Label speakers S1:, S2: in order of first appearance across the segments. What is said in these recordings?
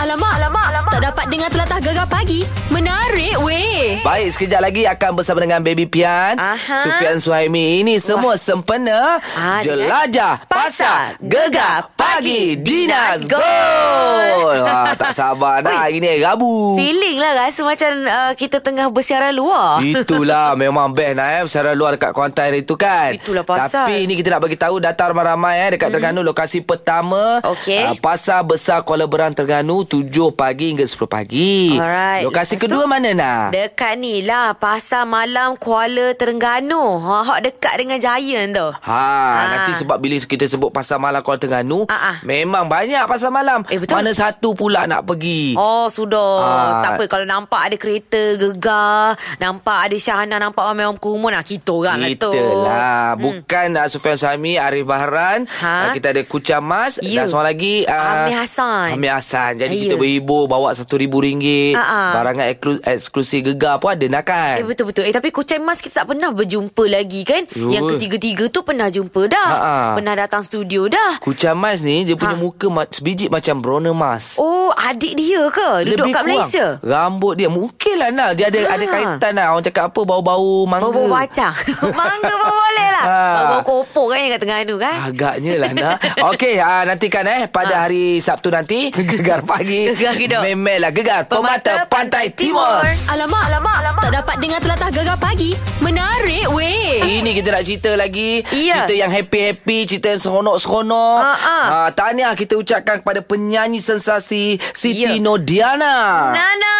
S1: alamak, alamak, alamak. Tak dapat dengar telatah gegar pagi. Menarik weh.
S2: Baik, sekejap lagi akan bersama dengan Baby Pian,
S1: Aha.
S2: Sufian Suhaimi. Ini semua sempena
S1: Ah,
S2: jelajah pasar gegar pagi Dinas Go. Wah, tak sabar dah hari ni Rabu.
S3: Feeling lah rasa macam uh, kita tengah bersiaran luar.
S2: Itulah memang best lah eh Secara luar dekat Kuantan itu kan
S3: Itulah pasal.
S2: Tapi ini kita nak bagi tahu Datang ramai-ramai eh Dekat hmm. Terengganu Lokasi pertama
S3: Okey.
S2: ah, Pasar Besar Kuala Berang Terengganu 7 pagi hingga 10 pagi
S3: Alright.
S2: Lokasi
S3: Lepas tu,
S2: kedua mana nak?
S3: Dekat ni lah Pasar Malam Kuala Terengganu. Ha, hak dekat dengan Giant tu.
S2: Ha, nanti sebab bila kita sebut pasar malam Kuala Terengganu,
S3: Ah, ah.
S2: memang banyak pasar malam.
S3: Eh, betul.
S2: Mana satu pula nak pergi?
S3: Oh sudah
S2: Ah.
S3: Tak apa Kalau nampak ada kereta Gegar Nampak ada Syahana Nampak orang-orang kumun nah, Kita orang lah tu
S2: Kita lah Bukan uh, Sufian Sami Arif Bahran
S3: Ha?
S2: uh, Kita ada Kucha Mas
S3: You.
S2: Dan seorang lagi ah,
S3: Amir Hassan.
S2: Amir Hassan Jadi
S3: Ya.
S2: kita berhibur Bawa RM1,000
S3: Ah, ah.
S2: Barangan eklu- eksklusif gegar pun ada nak kan
S3: Eh betul-betul Eh tapi Kucai Mas kita tak pernah berjumpa lagi kan
S2: Yo.
S3: Yang ketiga-tiga tu pernah jumpa dah
S2: Ha, ha.
S3: Pernah datang studio dah
S2: Kucha Mas ni Dia punya
S3: Ha.
S2: muka ma- sebiji macam Brona Mas
S3: Oh adik dia ke Duduk kat
S2: kurang.
S3: Malaysia
S2: Rambut dia Mungkin lah nak Dia ada,
S3: Ha.
S2: ada kaitan lah Orang cakap apa Bau-bau mangga
S3: Bau-bau bacang Mangga pun boleh lah
S2: Ha.
S3: Bau-bau kopok kan yang kat Terengganu kan
S2: Agaknya lah nak Okey uh, Nantikan eh Pada hari Sabtu nanti Gegar pagi
S3: Ah. Gegar gedor.
S2: Memelah gegar Pemata, Pantai Timur.
S1: Alamak, alamak, alamak. Tak dapat dengar telatah gegar pagi. Menarik weh.
S2: Ini kita nak cerita lagi
S3: Iya.
S2: Cerita yang happy-happy Cerita yang seronok-seronok
S3: Ha, ha.
S2: Ah, Tahniah kita ucapkan kepada penyanyi sensasi Siti
S3: Ya.
S2: Nodiana
S3: Nana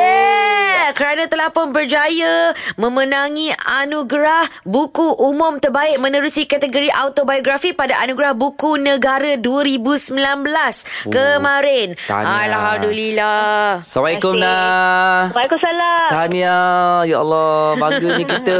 S3: Yeah Kerana telah pun berjaya Memenangi anugerah Buku umum terbaik Menerusi kategori autobiografi Pada anugerah buku negara 2019 Kemarin
S2: Oh, tahniah.
S3: Alhamdulillah
S2: Assalamualaikum
S4: Terima
S2: Nah
S4: Waalaikumsalam.
S2: Tahniah Ya Allah Bangga ni kita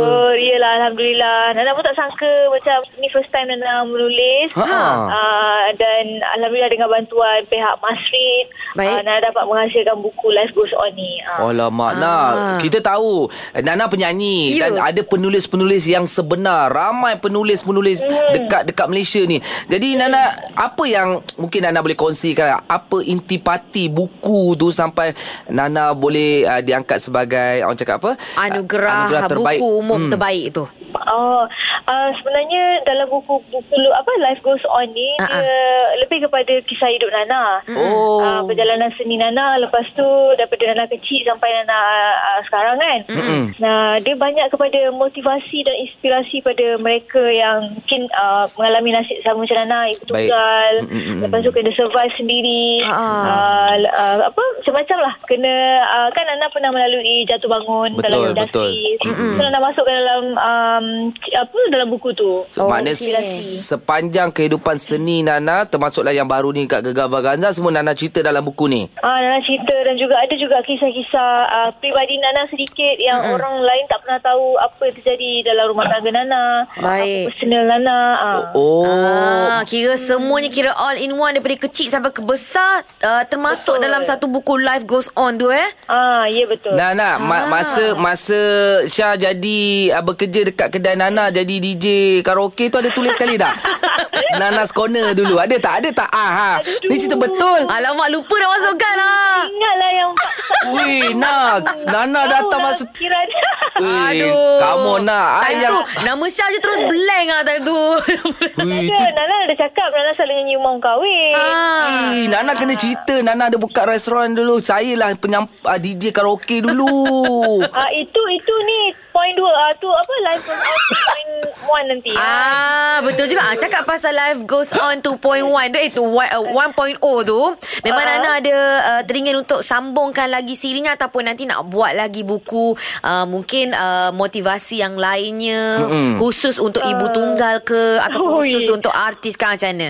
S4: Oh, yelah Alhamdulillah. Nana pun tak sangka macam ni first time Nana menulis.
S2: Ha.
S4: Uh, dan Alhamdulillah dengan bantuan pihak Masrid,
S3: Baik.
S4: Uh, Nana dapat menghasilkan buku Life Goes On ni. Uh.
S2: Alamak ah.
S3: Ah.
S2: Kita tahu eh, Nana penyanyi
S3: Ya.
S2: Dan ada penulis-penulis yang sebenar Ramai penulis-penulis
S3: Ya.
S2: Dekat-dekat Malaysia ni Jadi Nana Apa yang Mungkin Nana boleh kongsikan Apa intipati buku tu Sampai Nana boleh uh, Diangkat sebagai Orang cakap apa Ah,
S3: Anugerah, anugerah buku umum hmm. terbaik tu
S4: Oh, uh, sebenarnya dalam buku buku lu- apa Life Goes On ni
S3: Ah,
S4: uh-uh. dia lebih kepada kisah hidup Nana.
S2: Ha,
S3: Hmm.
S2: Oh.
S3: Ah,
S4: Uh, perjalanan seni Nana lepas tu daripada Nana kecil sampai Nana uh, sekarang kan. Mm-mm. Nah, dia banyak kepada motivasi dan inspirasi pada mereka yang mungkin uh, mengalami nasib sama macam Nana,
S2: Baik.
S4: ikut tunggal,
S2: Mm-mm-mm.
S4: lepas tu kena survive sendiri.
S3: Ah.
S4: Uh, uh, apa macam-macam lah. Kena uh, kan Nana pernah melalui jatuh bangun dalam
S2: Betul, betul.
S4: industri. Mm-hmm. So nak masukkan dalam um, c- apa dalam buku tu.
S2: Oh, Maknanya
S4: inspirasi.
S2: sepanjang kehidupan seni Nana Termasuklah yang baru ni Kat Gegar Vaganza Semua Nana cerita dalam buku ni
S4: Ah, Nana cerita dan juga ada juga kisah-kisah uh, peribadi Nana sedikit yang mm-hmm. orang lain tak pernah tahu apa yang terjadi dalam rumah tangga Nana.
S3: Baik.
S4: Apa personal Nana. Uh.
S2: Oh
S3: Ah, kira semuanya kira all in one daripada kecil sampai ke besar uh, termasuk
S4: Betul.
S3: dalam satu buku Life Goes On tu eh.
S4: Ah, ya betul.
S2: Nah,
S3: Ah.
S2: nah, ma- masa masa Syah jadi uh, bekerja dekat kedai Nana jadi DJ karaoke tu ada tulis sekali tak? Nana's Corner dulu. Ada tak? Ada tak? Ah, ha. Ni cerita betul.
S3: Alamak lupa dah masukkan ah.
S4: Ingatlah yang
S2: Ui, nah, Nana datang masa
S4: Kiran.
S3: Eh,
S2: Ui,
S3: lah. Aduh.
S2: kamu nak. Ah,
S3: Time
S2: yang...
S3: tu nama Syah je terus blank ah time tu.
S2: Ui,
S4: Nana,
S2: tu...
S4: Nana ada cakap Nana selalu nyanyi umum kahwin.
S3: ah.
S2: Ih, Nana kena cerita Nana ada buka restoran dulu Saya lah penyam, uh, DJ karaoke dulu
S4: Ah itu itu ni point dua ah tu apa live on point one nanti.
S3: Ah, betul juga. Ah, cakap pasal Life Goes On 2.1 tu eh tu one- uh, 1.0 tu, memang Nana ada uh, teringin untuk sambungkan lagi sirinya ataupun nanti nak buat lagi buku uh, mungkin uh, motivasi yang lainnya mm-hmm. khusus untuk ibu tunggal ke ataupun
S4: Ui.
S3: khusus untuk artis kan macam mana?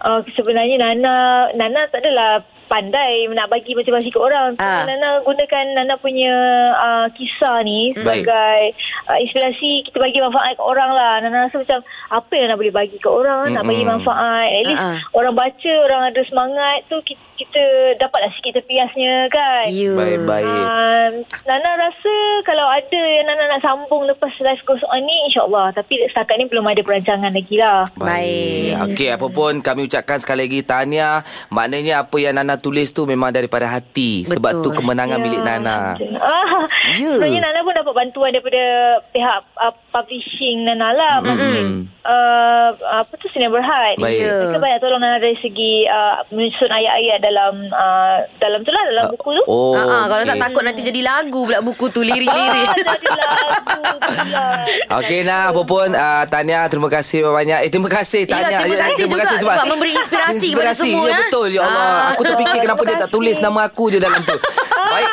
S4: Uh, sebenarnya Nana Nana tak adalah pandai nak bagi motivasi ke orang.
S3: Ah.
S4: Uh. Nana gunakan Nana punya uh, kisah ni
S3: Hmm.
S4: sebagai uh, inspirasi kita bagi manfaat ke orang lah. Nana rasa macam apa yang Nana boleh bagi ke orang, nak bagi manfaat. At
S3: Hmm,
S4: least
S3: Ah, ah.
S4: orang baca, orang ada semangat tu kita, kita dapatlah sikit tepiasnya kan.
S3: You. ya.
S2: Baik-baik
S4: Um, Nana rasa kalau ada yang Nana nak sambung lepas live goes on ni insyaAllah. Tapi setakat ni belum ada perancangan lagi lah.
S2: Baik. Okey, apa pun kami ucapkan sekali lagi tahniah. Maknanya apa yang Nana Nana tulis tu memang daripada hati. Betul. Sebab tu
S3: Betul.
S2: kemenangan milik Nana.
S4: Ah,
S2: Ya.
S4: Sebenarnya Nana pun dapat bantuan daripada pihak uh, publishing Nana lah. Mm-hmm. Uh, apa tu Sinar Berhad.
S2: Baik. Ya.
S4: Mereka banyak tolong Nana dari segi uh, menyusun ayat-ayat dalam uh, dalam tu lah, dalam buku tu.
S3: Oh,
S2: Oh,
S3: ah, ah, kalau tak
S2: okey.
S3: takut nanti jadi lagu pula buku tu lirik-lirik.
S4: Ah, jadi lagu pula.
S2: Okey nah Popon uh, Tania terima kasih banyak-banyak Eh terima kasih
S3: Yelah,
S2: Tania
S3: terima
S2: Ya,
S3: kasih juga sebab memberi inspirasi kepada semua,
S2: Ya
S3: eh.
S2: betul ya Allah
S3: Ah.
S2: Aku terfikir kenapa dia tak tulis nama aku je dalam tu Baik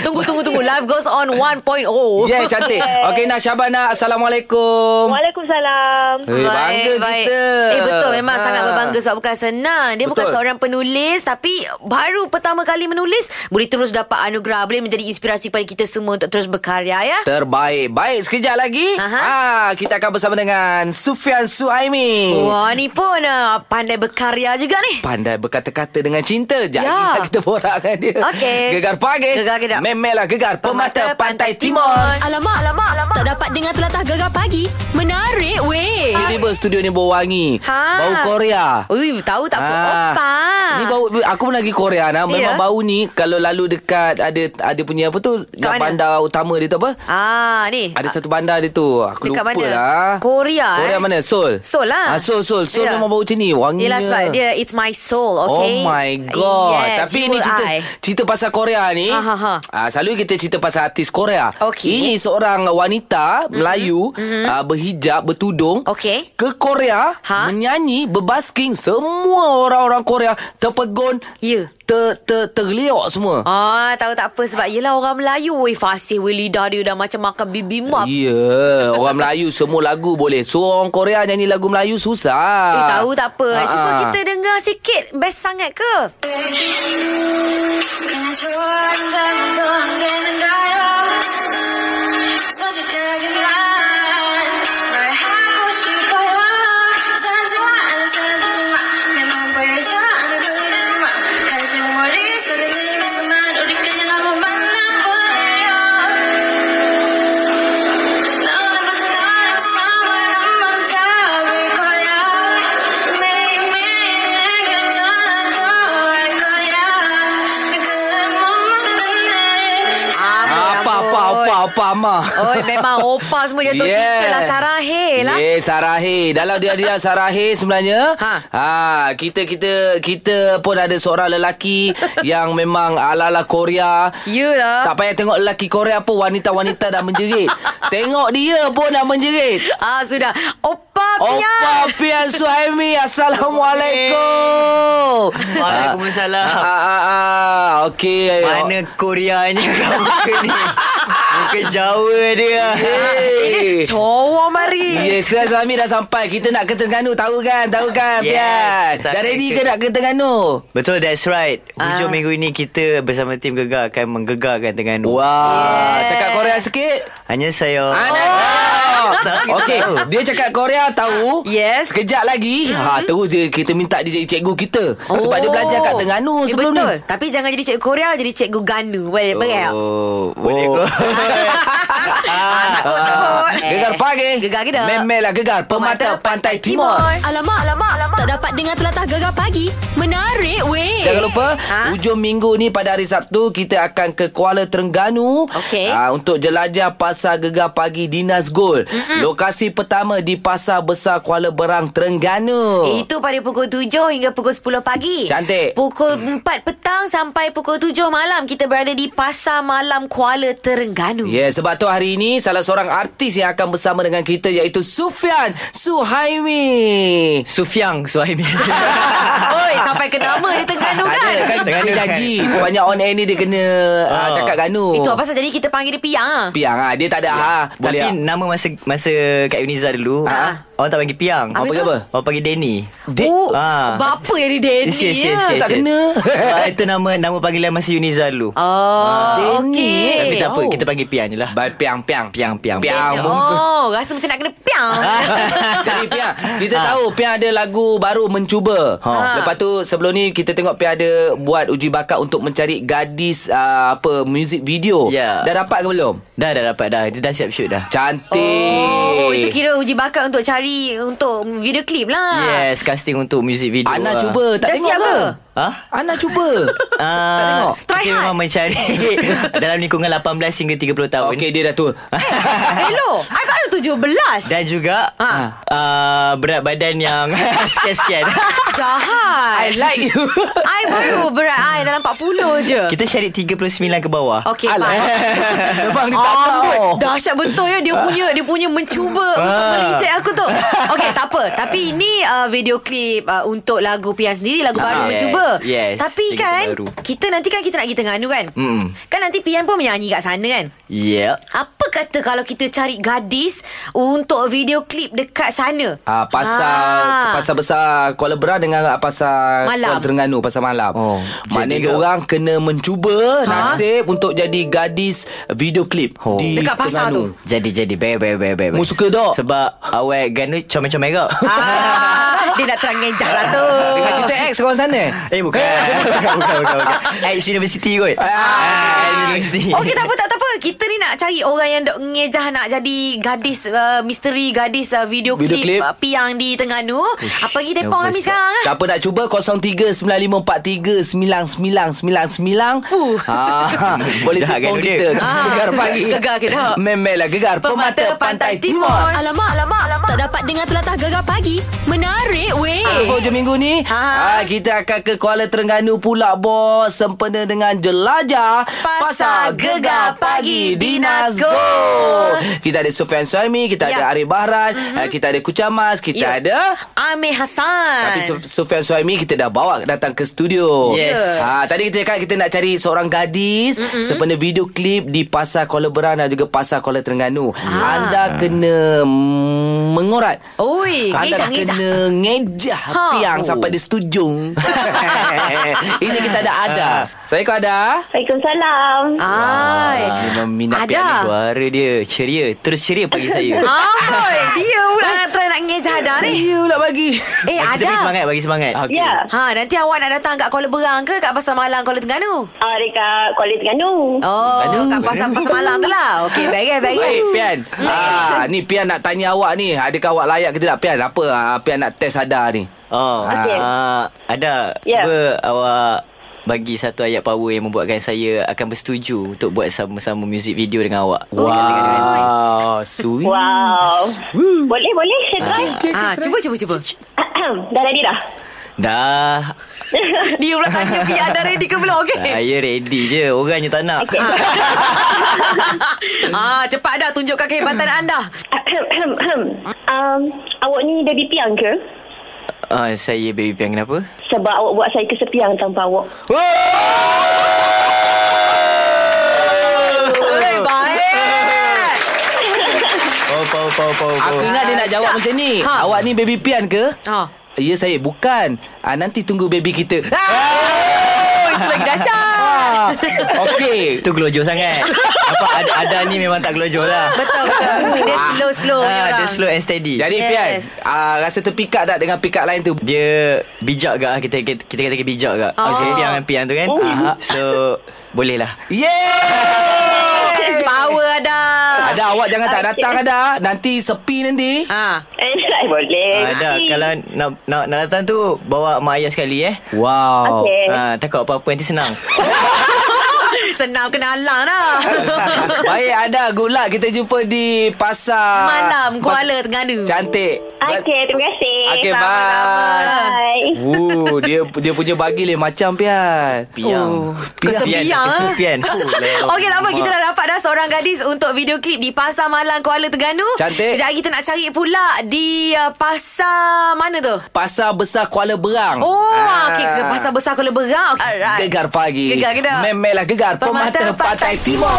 S3: tunggu, tunggu, tunggu. Life goes on oh. 1.0.
S2: Yeah Ya, cantik Okey nah Syabana Assalamualaikum
S4: Waalaikumsalam.
S2: Eh, bangga kita.
S3: Eh betul memang
S2: Ha.
S3: sangat berbangga sebab bukan senang. Dia bukan
S2: Betul.
S3: seorang penulis tapi baru pertama kali menulis boleh terus dapat anugerah, boleh menjadi inspirasi pada kita semua untuk terus berkarya ya.
S2: Terbaik Baik sekejap lagi
S3: Aha.
S2: ah, Kita akan bersama dengan Sufian Suhaimi
S3: Wah ni pun ah, pandai berkarya juga ni.
S2: pandai berkata-kata dengan cinta. Jadi
S3: Ya.
S2: kita borak dengan dia.
S3: Okey.
S2: Gegar pagi.
S3: Gegar kedap.
S2: Memelah gegar pemata, pantai, timur.
S1: Alamak, alamak, alamak. Tak dapat dengar telatah gegar pagi. Menarik weh.
S2: Tiba-tiba studio ni bau wangi.
S3: Ha.
S2: Bau Korea. Ha.
S3: Ui, tahu tak apa. Opa.
S2: Ni Ah. bau aku pernah pergi Korea nah. Memang
S3: Ya.
S2: bau ni kalau lalu dekat ada ada punya apa tu kat
S3: mana?
S2: bandar utama dia tu apa?
S3: Ah, ni.
S2: Ada satu bandar dia tu. Aku
S3: Dekat
S2: lupa
S3: mana?
S2: lah.
S3: Korea,
S2: Korea
S3: eh?
S2: mana? Seoul.
S3: Seoul lah.
S2: Ah, Seoul, Seoul. Seoul
S3: Ya.
S2: memang bau macam ni. Wanginya.
S3: Yelah sebab dia It's my soul okay? Uh,
S2: Oh my god.
S3: yeah, jiwa
S2: Tapi ini cerita
S3: I.
S2: cerita pasal Korea ni.
S3: Ha, ha, ha.
S2: Ah selalu kita cerita pasal artis Korea.
S3: Okey.
S2: Ini seorang wanita mm-hmm.
S3: Mhm,
S2: Melayu mm-hmm. Ah, berhijab bertudung.
S3: Okey.
S2: Ke Korea
S3: Ha?
S2: menyanyi berbasking semua orang-orang Korea terpegun.
S3: Ya.
S2: Ter, ter, tergeliok semua.
S3: Ah, tahu tak apa sebab yelah orang Melayu weh fasih weh lidah dia dah macam makan bibimbap.
S2: Ya, yeah, orang Melayu semua lagu boleh. So orang Korea nyanyi lagu Melayu
S3: Eh,
S2: susah.
S3: tahu tak apa.
S2: Ah,
S3: Cuba
S2: ah.
S3: kita dengar sikit. Best sangat ke?
S5: 그냥 좋아한다면 안 되는가요? 솔직하게 난 말 하고 싶어요. 싸지 마, 안 싸지지 마. 내맘 보여줘, 안 보여주지 마. 하루 종일 머릿속에 네 미소만 우리 그냥 한번 만나보래요. 너나부터 나랑 somewhere 한번 잡을 거야 매일매일 내게 전화도 할 거야 왜 그래 못 묻겠네
S2: Ah, Apa, apa, apa, apa, ama.
S3: Oi, memang opa semua jatuh yeah. cinta lah Sarahe
S6: ah.
S3: lah.
S2: Yeah, Sarahe. Dalam dia dia Sarahe sebenarnya. Ha.
S3: Ha.
S2: ha. kita kita kita pun ada seorang lelaki yang memang ala-ala Korea.
S6: Ya.
S3: Yelah.
S2: Tak payah tengok lelaki Korea pun wanita-wanita dah menjerit. tengok dia pun dah menjerit.
S3: Ah, sudah. Opa Pia.
S2: Opa Pian Suhaimi Assalamualaikum
S6: Waalaikumsalam.
S2: ah, ah, ah, ah. Okey
S6: Mana Koreanya kau muka ni Muka Jawa dia
S2: Hey.
S3: Eh, Cowok mari.
S2: Yes, Suhaimi Suhaimi dah sampai Kita nak ke Terengganu Tahu kan? Tahu kan
S6: Yes,
S2: Pian
S6: tak
S2: Dah ready ke
S6: ke-
S2: nak ke Terengganu?
S6: Betul that's right Hujung
S3: Ah.
S6: minggu ini kita bersama tim Gegar Akan menggegarkan Terengganu
S2: Wah, Ah, yeah.
S3: Yeah.
S2: cakap Korea sikit.
S6: Hanya
S3: Oh.
S6: saya
S2: Anak
S6: Tahu.
S2: oh. Okey, dia cakap Korea tahu.
S3: Yes.
S2: Sekejap lagi, mm-hmm. ha terus dia kita minta dia jadi cikgu kita. Oh. Sebab dia belajar kat Terengganu
S3: eh,
S2: sebelum
S3: betul.
S2: ni.
S3: Tapi jangan jadi cikgu Korea, jadi cikgu Ganu. Boleh, boleh.
S6: Oh, boleh
S2: Oh.
S6: oh.
S3: Takut, takut. Eh,
S2: Ah, Gegar pagi.
S3: Gegar kita.
S2: Memelah gegar pemata pantai timur.
S1: Alamak, alamak, alamak. Tak dapat dengar telatah gegar pagi. Menarik weh.
S2: Jangan lupa ha?
S3: Ha?
S2: Hujung minggu ni pada hari Sabtu Kita akan ke Kuala Terengganu
S3: Okey.
S2: ah, Untuk jelajah Pasar Gegar Pagi Dinas Gold mm-hmm. Lokasi pertama di Pasar Besar Kuala Berang Terengganu
S3: Itu pada pukul 7 hingga pukul 10 pagi.
S2: Cantik.
S3: Pukul 4 petang sampai pukul 7 malam kita berada di Pasar Malam Kuala Terengganu.
S2: Ya, yeah, sebab tu hari ini salah seorang artis yang akan bersama dengan kita iaitu Sufian Suhaimi.
S6: Sufyang Suhaimi
S3: Oi, sampai ke nama dia Terengganu
S2: Tak
S3: kan?
S2: ada kan
S6: Tengah
S2: dia
S6: ada,
S2: janji sebanyak on air ni dia kena uh,
S6: Ah.
S2: cakap Ganu.
S3: Itu apa pasal jadi kita panggil dia Piang ah.
S2: Piang ah, dia tak ada ah. Boleh.
S6: Ya. Tapi
S2: ah.
S6: nama masa masa Kak Yuniza dulu
S2: Ah.
S6: Orang tak panggil Piang
S2: Orang panggil apa?
S6: Orang panggil Denny
S2: Dek-
S3: Oh,
S6: Ah.
S3: bapa yang di Denny
S6: Yes, yes,
S3: ya.
S6: yes, yes,
S2: tak
S6: yes.
S2: kena.
S6: Sebab Itu nama nama panggilan masa Yuniza dulu
S2: Ah,
S3: Oh,
S2: Denny,
S3: okey.
S6: Tapi tak apa
S2: Oh.
S6: Kita panggil Piang je lah
S2: Bye piang piang.
S6: Piang, piang.
S2: Piang.
S3: Oh, rasa macam nak kena Piang.
S2: Jadi Piang Kita
S3: Ha.
S2: tahu Piang ada lagu baru Mencuba ha.
S6: Ha.
S2: Lepas tu sebelum ni Kita tengok Piang ada Buat uji bakat Untuk mencari gadis uh, Apa Music video
S6: Ya.
S2: Dah dapat ke belum?
S6: Dah dah dapat dah Dia dah siap shoot dah
S2: Cantik
S3: Oh, itu kira uji bakat untuk cari untuk video klip lah.
S6: Yes, casting untuk music video.
S2: Ana
S6: lah.
S2: cuba Tak
S3: Dah
S2: tengok
S3: siap
S2: ke?
S3: ke? Ah.
S6: Ha?
S2: Ana cuba. tak
S6: Uh,
S2: tengok.
S3: Try hard.
S6: memang mencari dalam lingkungan 18 hingga 30 tahun.
S2: Okey dia dah tua.
S3: Hello I baru 17
S6: Dan juga
S3: Ha.
S6: uh, berat badan yang sekian-sekian.
S3: Jahat
S2: I like you.
S3: I baru berat I dalam 40 je
S6: Kita syarik 39 ke bawah.
S3: Okay
S2: Alah.
S3: faham Oh.
S2: Abang dia tak
S3: Amboi,
S2: tahu.
S3: dahsyat betul ya dia punya dia punya mencuba
S6: Ah.
S3: untuk mereject aku tu. Okey, tak apa. Tapi ini uh, video klip uh, untuk lagu Pian sendiri lagu baru
S6: Ah, yes,
S3: mencuba.
S6: yes.
S3: Tapi
S6: Lagi
S3: kan
S6: terbaru.
S3: kita nanti kan kita nak pergi Terengganu kan?
S6: Mm.
S3: Kan nanti Pian pun menyanyi kat sana kan?
S6: Yeah.
S3: Apa kata kalau kita cari gadis untuk video klip dekat sana?
S2: Ah, pasar
S3: Ah.
S2: pasar besar Kuala Beran dengan ah, pasar
S3: Malam.
S2: Kuala Terengganu pasar malam.
S6: Oh,
S2: Maknanya
S6: jadi ke?
S2: orang kena mencuba
S3: Ha?
S2: nasib untuk jadi gadis video klip
S6: Oh.
S2: di
S3: Dekat pasar
S2: Terengganu.
S3: tu.
S6: Jadi jadi Baik baik baik baik baik.
S2: Mu suka tak?
S6: Sebab awak ganu comel-comel kau
S3: Ah, dia nak terang ngejah lah tu.
S2: Dengan cerita X kawan sana.
S6: Eh bukan Bukan bukan bukan, bukan. Ex University kot Ah, Ex University
S3: Okey tak apa tak, tak apa Oh, Kita ni nak cari orang yang dok ngejah nak jadi gadis uh, misteri gadis uh, video,
S2: Video
S3: klip,
S2: klip.
S3: Uh, piang di Terengganu. Apa lagi tepong
S6: 19
S3: kami
S6: tak.
S3: sekarang ah.
S2: Siapa nak cuba 0395439999.
S3: Fuh.
S2: Ha, boleh
S6: Jahat
S2: tipu
S6: kan,
S2: kita.
S6: Udin?
S3: Ah.
S2: Gegar pagi.
S3: Gegar ke tak?
S2: Memelah gegar pemata, pantai, timur.
S1: Alamak, alamak, alamak. Tak dapat dengar telatah gegar pagi. Menarik weh.
S3: Ah,
S2: Apa je minggu ni
S3: Eh. Ha.
S2: ha. Kita akan ke Kuala Terengganu pula bos Sempena dengan jelajah
S3: Pasar Gegar Pagi di Nazgo.
S2: Kita ada Sufian Suhaimi Kita
S3: Ya.
S2: ada Arif Bahran mm-hmm. Kita ada Kucamas
S3: Ya.
S2: Kita
S3: Kan.
S2: ada
S3: Amir Hasan.
S2: tapi Su- Sufian Suhaimi kita dah bawa datang ke studio.
S6: Yes.
S2: Ha, tadi kita cakap kita nak cari seorang
S3: Mhm.
S2: gadis mm-hmm. sempena video klip di Pasar Kuala Beran dan juga Pasar Kuala Terengganu.
S3: Ah.
S2: Anda kena mm, mengorat.
S3: Oi,
S2: Anda
S3: ngejah ngejah.
S2: kena ngejah
S3: Eh, Ha.
S2: piang
S6: Oh.
S2: sampai dia setuju. Ini kita ada ada. Saya kau ada.
S4: Waalaikumsalam.
S2: Ah,
S6: Ah,
S3: Ai.
S2: Memang minat
S3: Ada.
S2: piang.
S6: Suara dia ceria Terus ceria pagi saya
S3: Amboi, dia pula nak try nak ngejah dah ni.
S2: You pula bagi.
S3: Eh,
S6: Kita bagi
S3: ada.
S6: semangat Bagi semangat
S2: Okey.
S4: Ya.
S3: Ha, nanti awak nak datang kat Kuala Berang ke kat Pasar Malang Kuala Terengganu?
S4: Ah, dekat Kuala Terengganu.
S3: Oh,
S2: Terengganu.
S3: kat Pasar Pasar Malang tu lah. Okey, baik baik.
S2: Baik Pian ah, Ni Pian nak tanya awak ni Adakah awak layak ke tidak Pian apa ah, Pian nak test ada ni
S6: Oh
S4: Okey.
S6: ah, Ada
S4: Ya.
S6: Cuba awak Bagi satu ayat power Yang membuatkan saya Akan bersetuju Untuk buat sama-sama Music video dengan awak
S3: Oh, ya.
S2: Wow Ah, Sweet
S4: Wow. Boleh, boleh. Saya
S2: Ah.
S4: try.
S3: Ha, cuba cuba cuba.
S4: dah ready dah?
S6: Dah
S3: Dia pula tanya Pia dah ready ke belum? Okey.
S6: Saya ready je Orang je tak nak
S4: Okay.
S3: ah, cepat dah tunjukkan kehebatan anda.
S4: um, awak ni baby piang ke?
S6: ah, Saya baby piang kenapa?
S4: Sebab awak buat saya kesepiang tanpa awak.
S3: Oi, baik.
S6: Oh, power, power, power,
S2: Aku
S6: power.
S2: ingat dia nak jawab macam ni
S3: Ha.
S2: Awak ni baby Pian ke
S3: Ha.
S2: Ya saya bukan ah, Nanti tunggu baby kita
S3: Oh, itu lagi dahsyat.
S2: ah, Okay
S6: Itu gelojoh sangat Apa ada, ada ni memang tak gelojoh lah
S3: Betul betul. Dia slow slow punya
S6: Ah, Dia
S3: orang.
S6: slow and steady
S2: Jadi
S3: Yes.
S2: Pian ah, Rasa terpikat tak dengan pikat lain tu
S6: Dia bijak gak ah? kita kita, kita kata dia bijak gak. Oh. Macam piang dengan piang tu kan.
S2: Ah.
S6: So boleh lah.
S2: Yeah
S3: Power ada.
S2: Ada awak jangan tak datang ada Nanti sepi nanti
S3: Ha.
S4: Eh, boleh.
S6: Ada Ah, kalau nak, nak nak datang tu bawa mak ayah sekali eh.
S2: Wow
S4: Okay.
S6: Ah, takut apa-apa nanti senang.
S3: Senang lah. kena alang dah.
S2: Baik ada Good luck Kita jumpa di
S6: Ah.
S2: pasar
S3: Malam Kuala Terengganu.
S2: Pas- Cantik
S4: Okay, terima kasih.
S2: Okay bye
S3: Sama-sama.
S4: Bye.
S2: Ooh, Uh, dia dia punya bagi lain macam Pian Oh.
S6: Piang.
S3: Kesepian
S6: Pian,
S3: eh.
S6: kesepian. Oh, lah.
S3: Okey tak apa Kita dah dapat dah Seorang gadis Untuk video klip Di Pasar Malang Kuala Terengganu
S2: Cantik.
S3: Sekejap lagi kita nak cari pula Di uh, pasar Mana tu
S2: Pasar Besar Kuala Berang
S3: Oh ah. Okey ke Pasar Besar Kuala Berang Alright
S2: Gegar pagi
S3: Gegar ke tak?
S2: Memelah gegar Pemata, Pantai Timur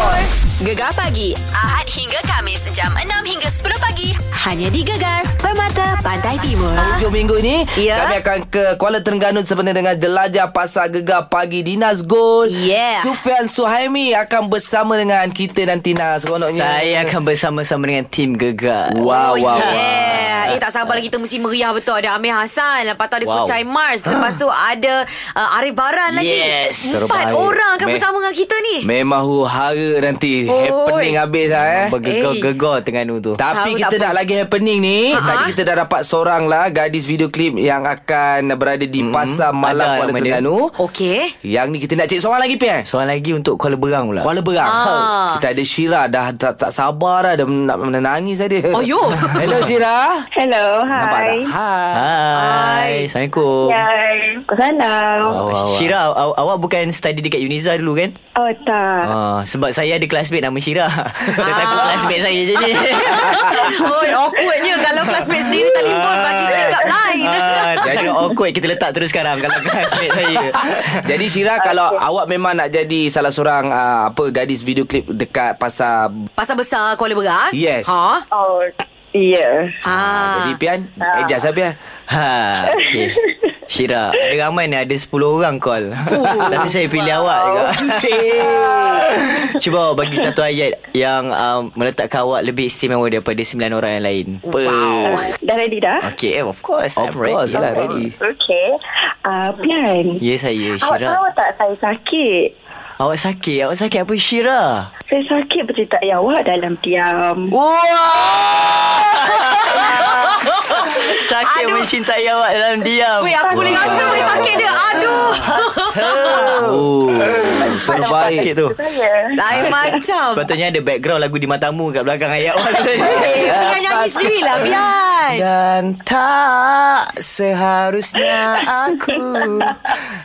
S1: Gegar pagi Ahad hingga Kamis jam 6 hingga 10 pagi hanya di Gegar Permata Pantai Timur.
S2: Hujung minggu ni
S3: Ya.
S2: Kami akan ke Kuala Terengganu Sebenarnya dengan jelajah Pasar Gegar Pagi di Nazgul
S3: Yeah.
S2: Sufian Suhaimi Akan bersama dengan kita nanti Nas Seronoknya
S6: Saya akan bersama-sama dengan tim Gegar.
S3: Oh,
S2: Wow, wow,
S3: yeah. Eh tak sabar lagi kita mesti meriah betul Ada Amir Hasan Lepas tu ada wow.
S6: Wow.
S3: Kucai Mars Lepas tu ada uh, Arif Baran lagi
S6: Yes.
S3: Empat
S2: Terbaik.
S3: orang akan
S2: Me-
S3: bersama dengan kita ni
S2: Memang huru-hara nanti
S3: Oi.
S2: Happening habis lah eh
S6: Bergegar-gegar tengah nu tu.
S2: Tapi
S3: Tahu tak
S2: kita
S3: Ha?
S2: nak lagi happening ni
S3: Ha-ha.
S2: Tadi kita kita dah dapat seorang lah gadis video klip yang akan berada di mm-hmm. pasar malam
S6: Ada
S2: Kuala
S6: nama dia.
S2: Terengganu.
S3: Okey.
S2: Yang ni kita nak cek seorang lagi Pian.
S6: Soalan lagi untuk Kuala Berang pula.
S2: Kuala Berang
S3: Ah.
S2: Kita ada Syira Dah tak, tak sabar dah Dah nak menangis saya dia
S3: Oh, yo.
S2: Hello Syira
S4: Hello, hi.
S2: Nampak tak? Hai
S6: Hai. Assalamualaikum.
S4: Hai. Salam.
S2: Wow, wow, wow.
S6: Syira, aw- awak bukan study dekat Uniza dulu kan?
S4: Oh, tak.
S6: Ah, sebab saya ada classmate nama Syira. saya
S2: Ah.
S6: takut classmate saya jadi.
S3: Oi, awkwardnya kalau classmate sendiri telefon bagi pick up line.
S6: Ah, sangat awkward kita letak terus sekarang kalau classmate saya.
S2: Jadi Syira Kalau awak memang nak jadi Salah seorang uh, Apa Gadis video klip Dekat pasar uh,
S3: Pasal besar Kuala Berang.
S2: Yes. Ah,
S3: Ha.
S4: Oh, ya.
S3: Ha.
S2: Jadi Pian Adjust lah Pian
S6: Ha, okey. Syira, ada ramai ni ada 10 orang call. Tapi saya pilih awak juga. Cuba awak bagi satu ayat yang um, meletakkan awak lebih istimewa daripada 9 orang yang lain.
S2: Apa wow.
S4: Dah ready dah?
S6: Okay, of course.
S2: Of
S6: I'm
S2: course
S6: ready.
S2: lah ready
S4: Okey. Uh, Pian.
S6: Ya saya,
S4: Awak
S6: Syira.
S4: tahu tak saya sakit?
S6: Awak sakit, awak sakit apa Syira?
S4: Saya sakit bercerita ayah awak dalam diam.
S6: Oh, Sakit
S3: Aduh.
S6: mencintai awak dalam diam.
S3: Weh, aku boleh rasa weh sakit dia. Aduh.
S2: Oh Terbaik
S6: Sakit tu.
S4: Saya.
S3: Lain Eh, macam.
S6: Patutnya ada background lagu di matamu kat belakang ayat awak tu.
S3: Eh, Pian nyanyi sendirilah, Pian.
S6: Dan tak seharusnya aku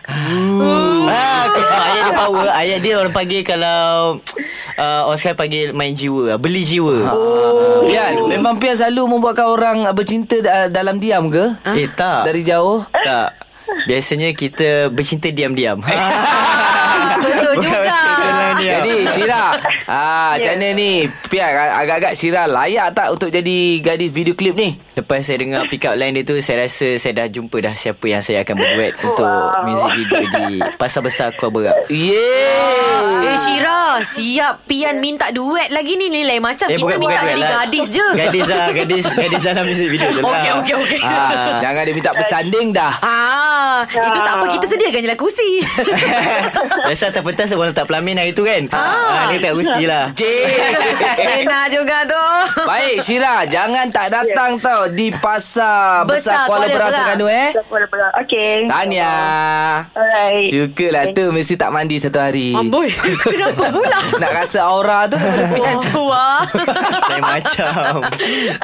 S6: ah, okay, sebab ayat dia power Ayat dia orang panggil kalau uh, Orang sekarang panggil main jiwa Beli jiwa
S2: Pian Memang Pian selalu Membuatkan orang Bercinta da- dalam diam ke?
S6: Eh tak
S2: Dari jauh
S6: Tak Biasanya kita bercinta diam-diam
S3: Betul
S6: Bukan
S3: juga.
S6: bercinta dalam diam.
S2: Jadi Syira ah, Macam mana ni Pian agak-agak Syira layak tak Untuk jadi gadis video klip ni
S6: Lepas saya dengar pick up line dia tu Saya rasa saya dah jumpa dah Siapa yang saya akan berduet Untuk music video di Pasar Besar Kuala Berang
S2: Yeah
S3: Eh Syira Siap Pian minta duet lagi ni Ni lain macam eh, Kita minta jadi
S6: lah.
S3: gadis je
S6: Gadis lah Gadis Gadis dalam music video je lah
S3: Okey okey okey
S2: ah, Jangan dia minta bersanding dah
S3: Ah, itu tak apa kita sediakan je lah kursi.
S6: Biasa atas pentas Orang letak pelamin hari tu kan ah. Dia tak usi lah
S2: Cik
S3: Enak juga tu.
S2: Baik Syira Jangan tak datang yeah. tau Di pasar
S3: Besar
S2: Besar,
S3: Kuala
S2: Kuala Berang
S3: Berang.
S2: Terengganu eh
S4: Okay.
S2: Tanya
S4: Alright.
S2: Syukurlah tu Mesti tak mandi satu hari
S3: Amboi, kenapa pula? Oh,
S2: Nak rasa aura tu
S3: Wah.
S6: Lain macam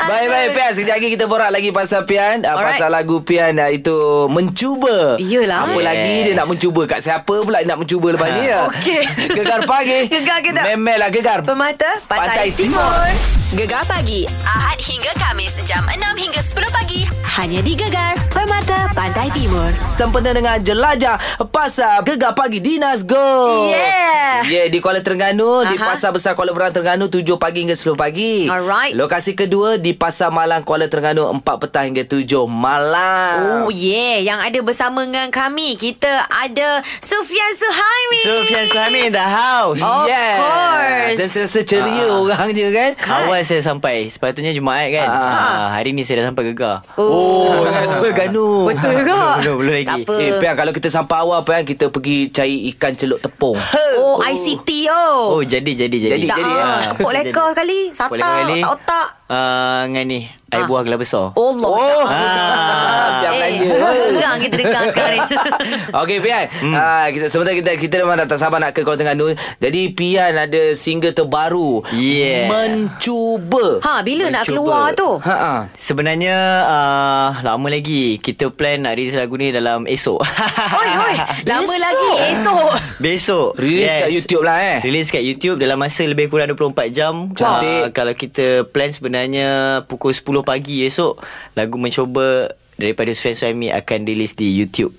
S2: Baik-baik Pian Sekejap lagi kita borak lagi pasal Pian uh,
S3: Alright.
S2: Pasal lagu Pian uh, itu Mencuba
S3: Yelah.
S2: Apa
S6: Yes.
S2: lagi dia nak mencuba Kat siapa pula dia nak mencuba lepas ni ya?
S3: Okey.
S2: Gegar pagi
S3: Gegar ke tak?
S2: Memelah gegar
S3: Pemata Pantai,
S2: Pantai Timur.
S3: Timur.
S1: Gegar pagi Ahad hingga Kamis Jam 6 hingga 10 pagi Hanya di Gegar Permata Pantai Timur
S2: Sempena dengan jelajah Pasar Gegar Pagi Dinas Go
S3: Yeah.
S2: Yeah di Kuala Terengganu Di
S3: Aha.
S2: Pasar Besar Kuala Berang Terengganu 7 pagi hingga 10 pagi
S3: Alright.
S2: Lokasi kedua di Pasar Malang Kuala Terengganu 4 petang hingga 7 malam
S3: Oh yeah, yang ada bersama dengan kami kita ada Sufian Suhaimi.
S6: Sufian Suhaimi in the house
S3: Oh. of course. Ah.
S2: Dan rasa ceria uh. orangnya kan
S6: Awal saya sampai Sepatutnya Jumaat kan ah. Hari ni saya dah sampai gegar
S2: Oh, dengan Terengganu
S3: Betul juga.
S6: Belum, belum lagi.
S3: Tak apa.
S2: Eh Pian kalau kita sampai awal Pian Kita pergi cari ikan celup tepung
S3: oh, ICT
S6: Oh
S3: oh.
S6: jadi jadi jadi
S2: Jadi,
S3: tak
S2: jadi,
S3: ah,
S2: ah.
S3: Tepuk lekor sekali. Satar
S6: Boleh kali
S3: otak-otak.
S6: uh, Dengan ni Air buah gelas besar
S3: Allah. Oh.
S6: Ah.
S2: Pian
S3: Eh,
S2: belanja
S3: geram kita dengar sekarang ni.
S2: Okey Pian hmm. uh, kita, Sebentar kita kita memang dah tak sabar Nak ke Kuala Terengganu Jadi Pian ada single terbaru
S6: Yeah.
S2: Mencuba
S3: Ha, bila nak
S6: Cuba.
S3: keluar tu?
S2: Ha ah.
S6: Sebenarnya uh, Lama lagi Kita plan nak release lagu ni Dalam esok
S3: Oi, oi. Lama
S2: Esok.
S3: lagi esok.
S6: Besok
S2: Release kat YouTube lah eh
S6: Release kat YouTube Dalam masa lebih kurang 24 jam
S2: Cantik.
S6: Ah, Kalau kita plan sebenarnya Pukul 10 pagi esok Lagu mencuba Daripada Sufian Suhaimi Akan release di YouTube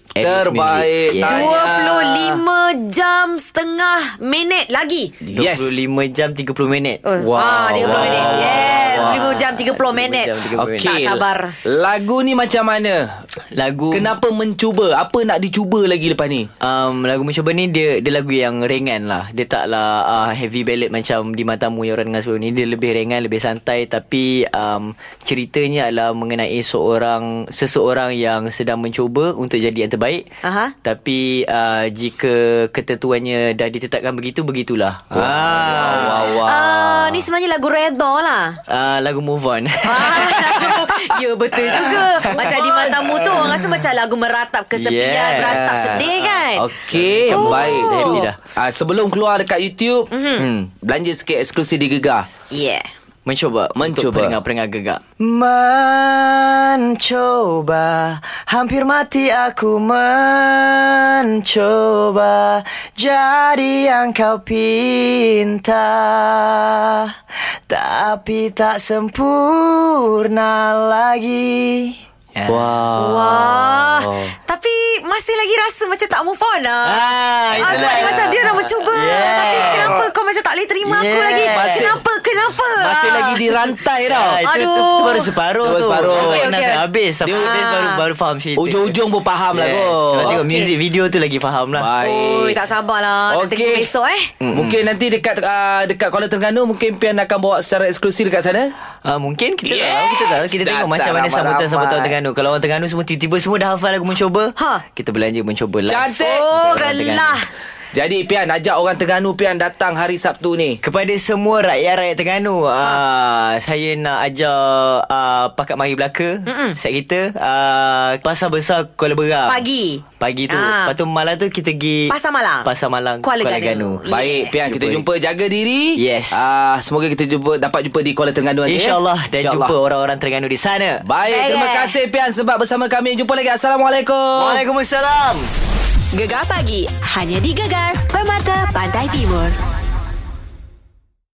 S2: Terbaik.
S6: Aries Music. yeah.
S2: Tanya.
S3: 25 jam setengah minit lagi.
S6: 25
S2: Yes.
S6: jam 30 minit
S3: Wow. Ah, 30
S2: wow,
S3: minit. Yes, 25 jam 30 minit.
S6: 25 jam, 30 minit.
S2: Okey.
S3: Tak sabar.
S2: Lagu ni macam mana?
S6: Lagu
S2: Kenapa mencuba? Apa nak dicuba lagi lepas ni?
S6: Um, lagu mencuba ni dia dia lagu yang ringan lah. Dia taklah uh, heavy ballad macam di matamu yang orang dengar sebelum ni. Dia lebih ringan, lebih santai tapi um, ceritanya adalah mengenai seorang
S3: Ah.
S6: seseorang yang sedang mencuba untuk jadi yang terbaik.
S3: Aha.
S6: Tapi uh, jika ketentuannya dah ditetapkan begitu begitulah. Wow.
S2: Wow,
S6: Ah.
S2: wow, wow.
S3: Ah, ni sebenarnya lagu Redha lah.
S6: Ah, lagu Move On.
S3: Ah, ya betul juga Macam di matamu tu Orang rasa macam lagu meratap kesepian
S6: Yeah.
S3: Meratap sedih kan
S2: Ah, Okey,
S3: Oh.
S2: baik. Cu,
S6: Jadi dah.
S2: ah, sebelum keluar dekat YouTube,
S3: Mhm.
S2: mm-hmm. belanja sikit eksklusif di Gegar.
S3: Yeah
S6: Mencuba
S2: Mencuba.
S6: Untuk perengar-perengar gegak Mencoba Hampir mati aku mencoba Jadi yang kau pinta Tapi tak sempurna lagi Ya. yeah.
S2: Wow.
S3: Ya. Wah Tapi masih lagi rasa macam tak move on lah
S6: Ah,
S3: Ah, sebab dia macam dia dah mencuba
S6: Yeah.
S3: Tapi kenapa kau macam tak boleh terima aku
S6: Yeah.
S3: lagi
S6: Masih-
S3: Kenapa Kenapa
S2: Masih
S3: Ah.
S2: lagi dirantai tau.
S6: Ah, itu, itu,
S3: Aduh.
S6: itu baru separuh
S2: Itu baru
S6: tu Ah.
S2: separuh.
S6: okay,
S3: Okey,
S6: okay.
S3: okey.
S6: habis Sampai
S2: Dia-
S6: habis baru, baru faham cerita
S2: Ujung-ujung Oh, pun faham lah
S6: Yeah.
S2: kot.
S6: Kalau tengok
S3: Okey.
S6: music video tu lagi faham lah
S3: Oi, tak sabarlah okay. Nak
S2: Okey.
S3: tengok besok eh
S2: Mm-mm. Mungkin nanti dekat uh, dekat Kuala Terengganu mungkin Pian akan bawa secara eksklusif dekat sana.
S6: Ah mungkin kita yes.
S2: Yes!
S6: tak tahu kita tak tahu kita
S2: Tak-
S6: tengok macam
S2: tak
S6: mana
S2: ramai-ramai.
S6: sambutan-sambutan Terengganu. Kalau orang Terengganu semua tiba-tiba semua dah hafal lagu mencuba.
S3: Ha.
S6: Kita belanja mencuba lah.
S2: Cantik.
S3: Oh,
S6: Terengganu.
S3: gelah
S2: Jadi Pian ajak orang Terengganu Pian datang hari Sabtu ni.
S6: Kepada semua rakyat-rakyat Terengganu ha. Saya nak ajak uh, Pakat Mari Belaka Mm-mm. Set kita uh, Pasar Besar Kuala Berang
S3: Pagi.
S6: Pagi tu
S3: Ah.
S6: Lepas tu malam tu kita pergi
S3: Pasar Malam.
S6: Pasar Malam
S3: Kuala Ganu. Yeah.
S2: Baik Pian kita jumpa
S6: Jumpa.
S2: jaga diri.
S6: Yes.
S2: Ah semoga kita jumpa dapat jumpa di Kuala Terengganu nanti. eh.
S6: InsyaAllah Dan
S2: InsyaAllah.
S6: jumpa orang-orang Terengganu di sana
S2: Baik,
S3: Baik,
S2: terima
S3: eh.
S2: kasih Pian sebab bersama kami. Jumpa lagi. Assalamualaikum.
S6: Waalaikumsalam
S1: Gegar pagi Hanya di Gegar Permata Pantai Timur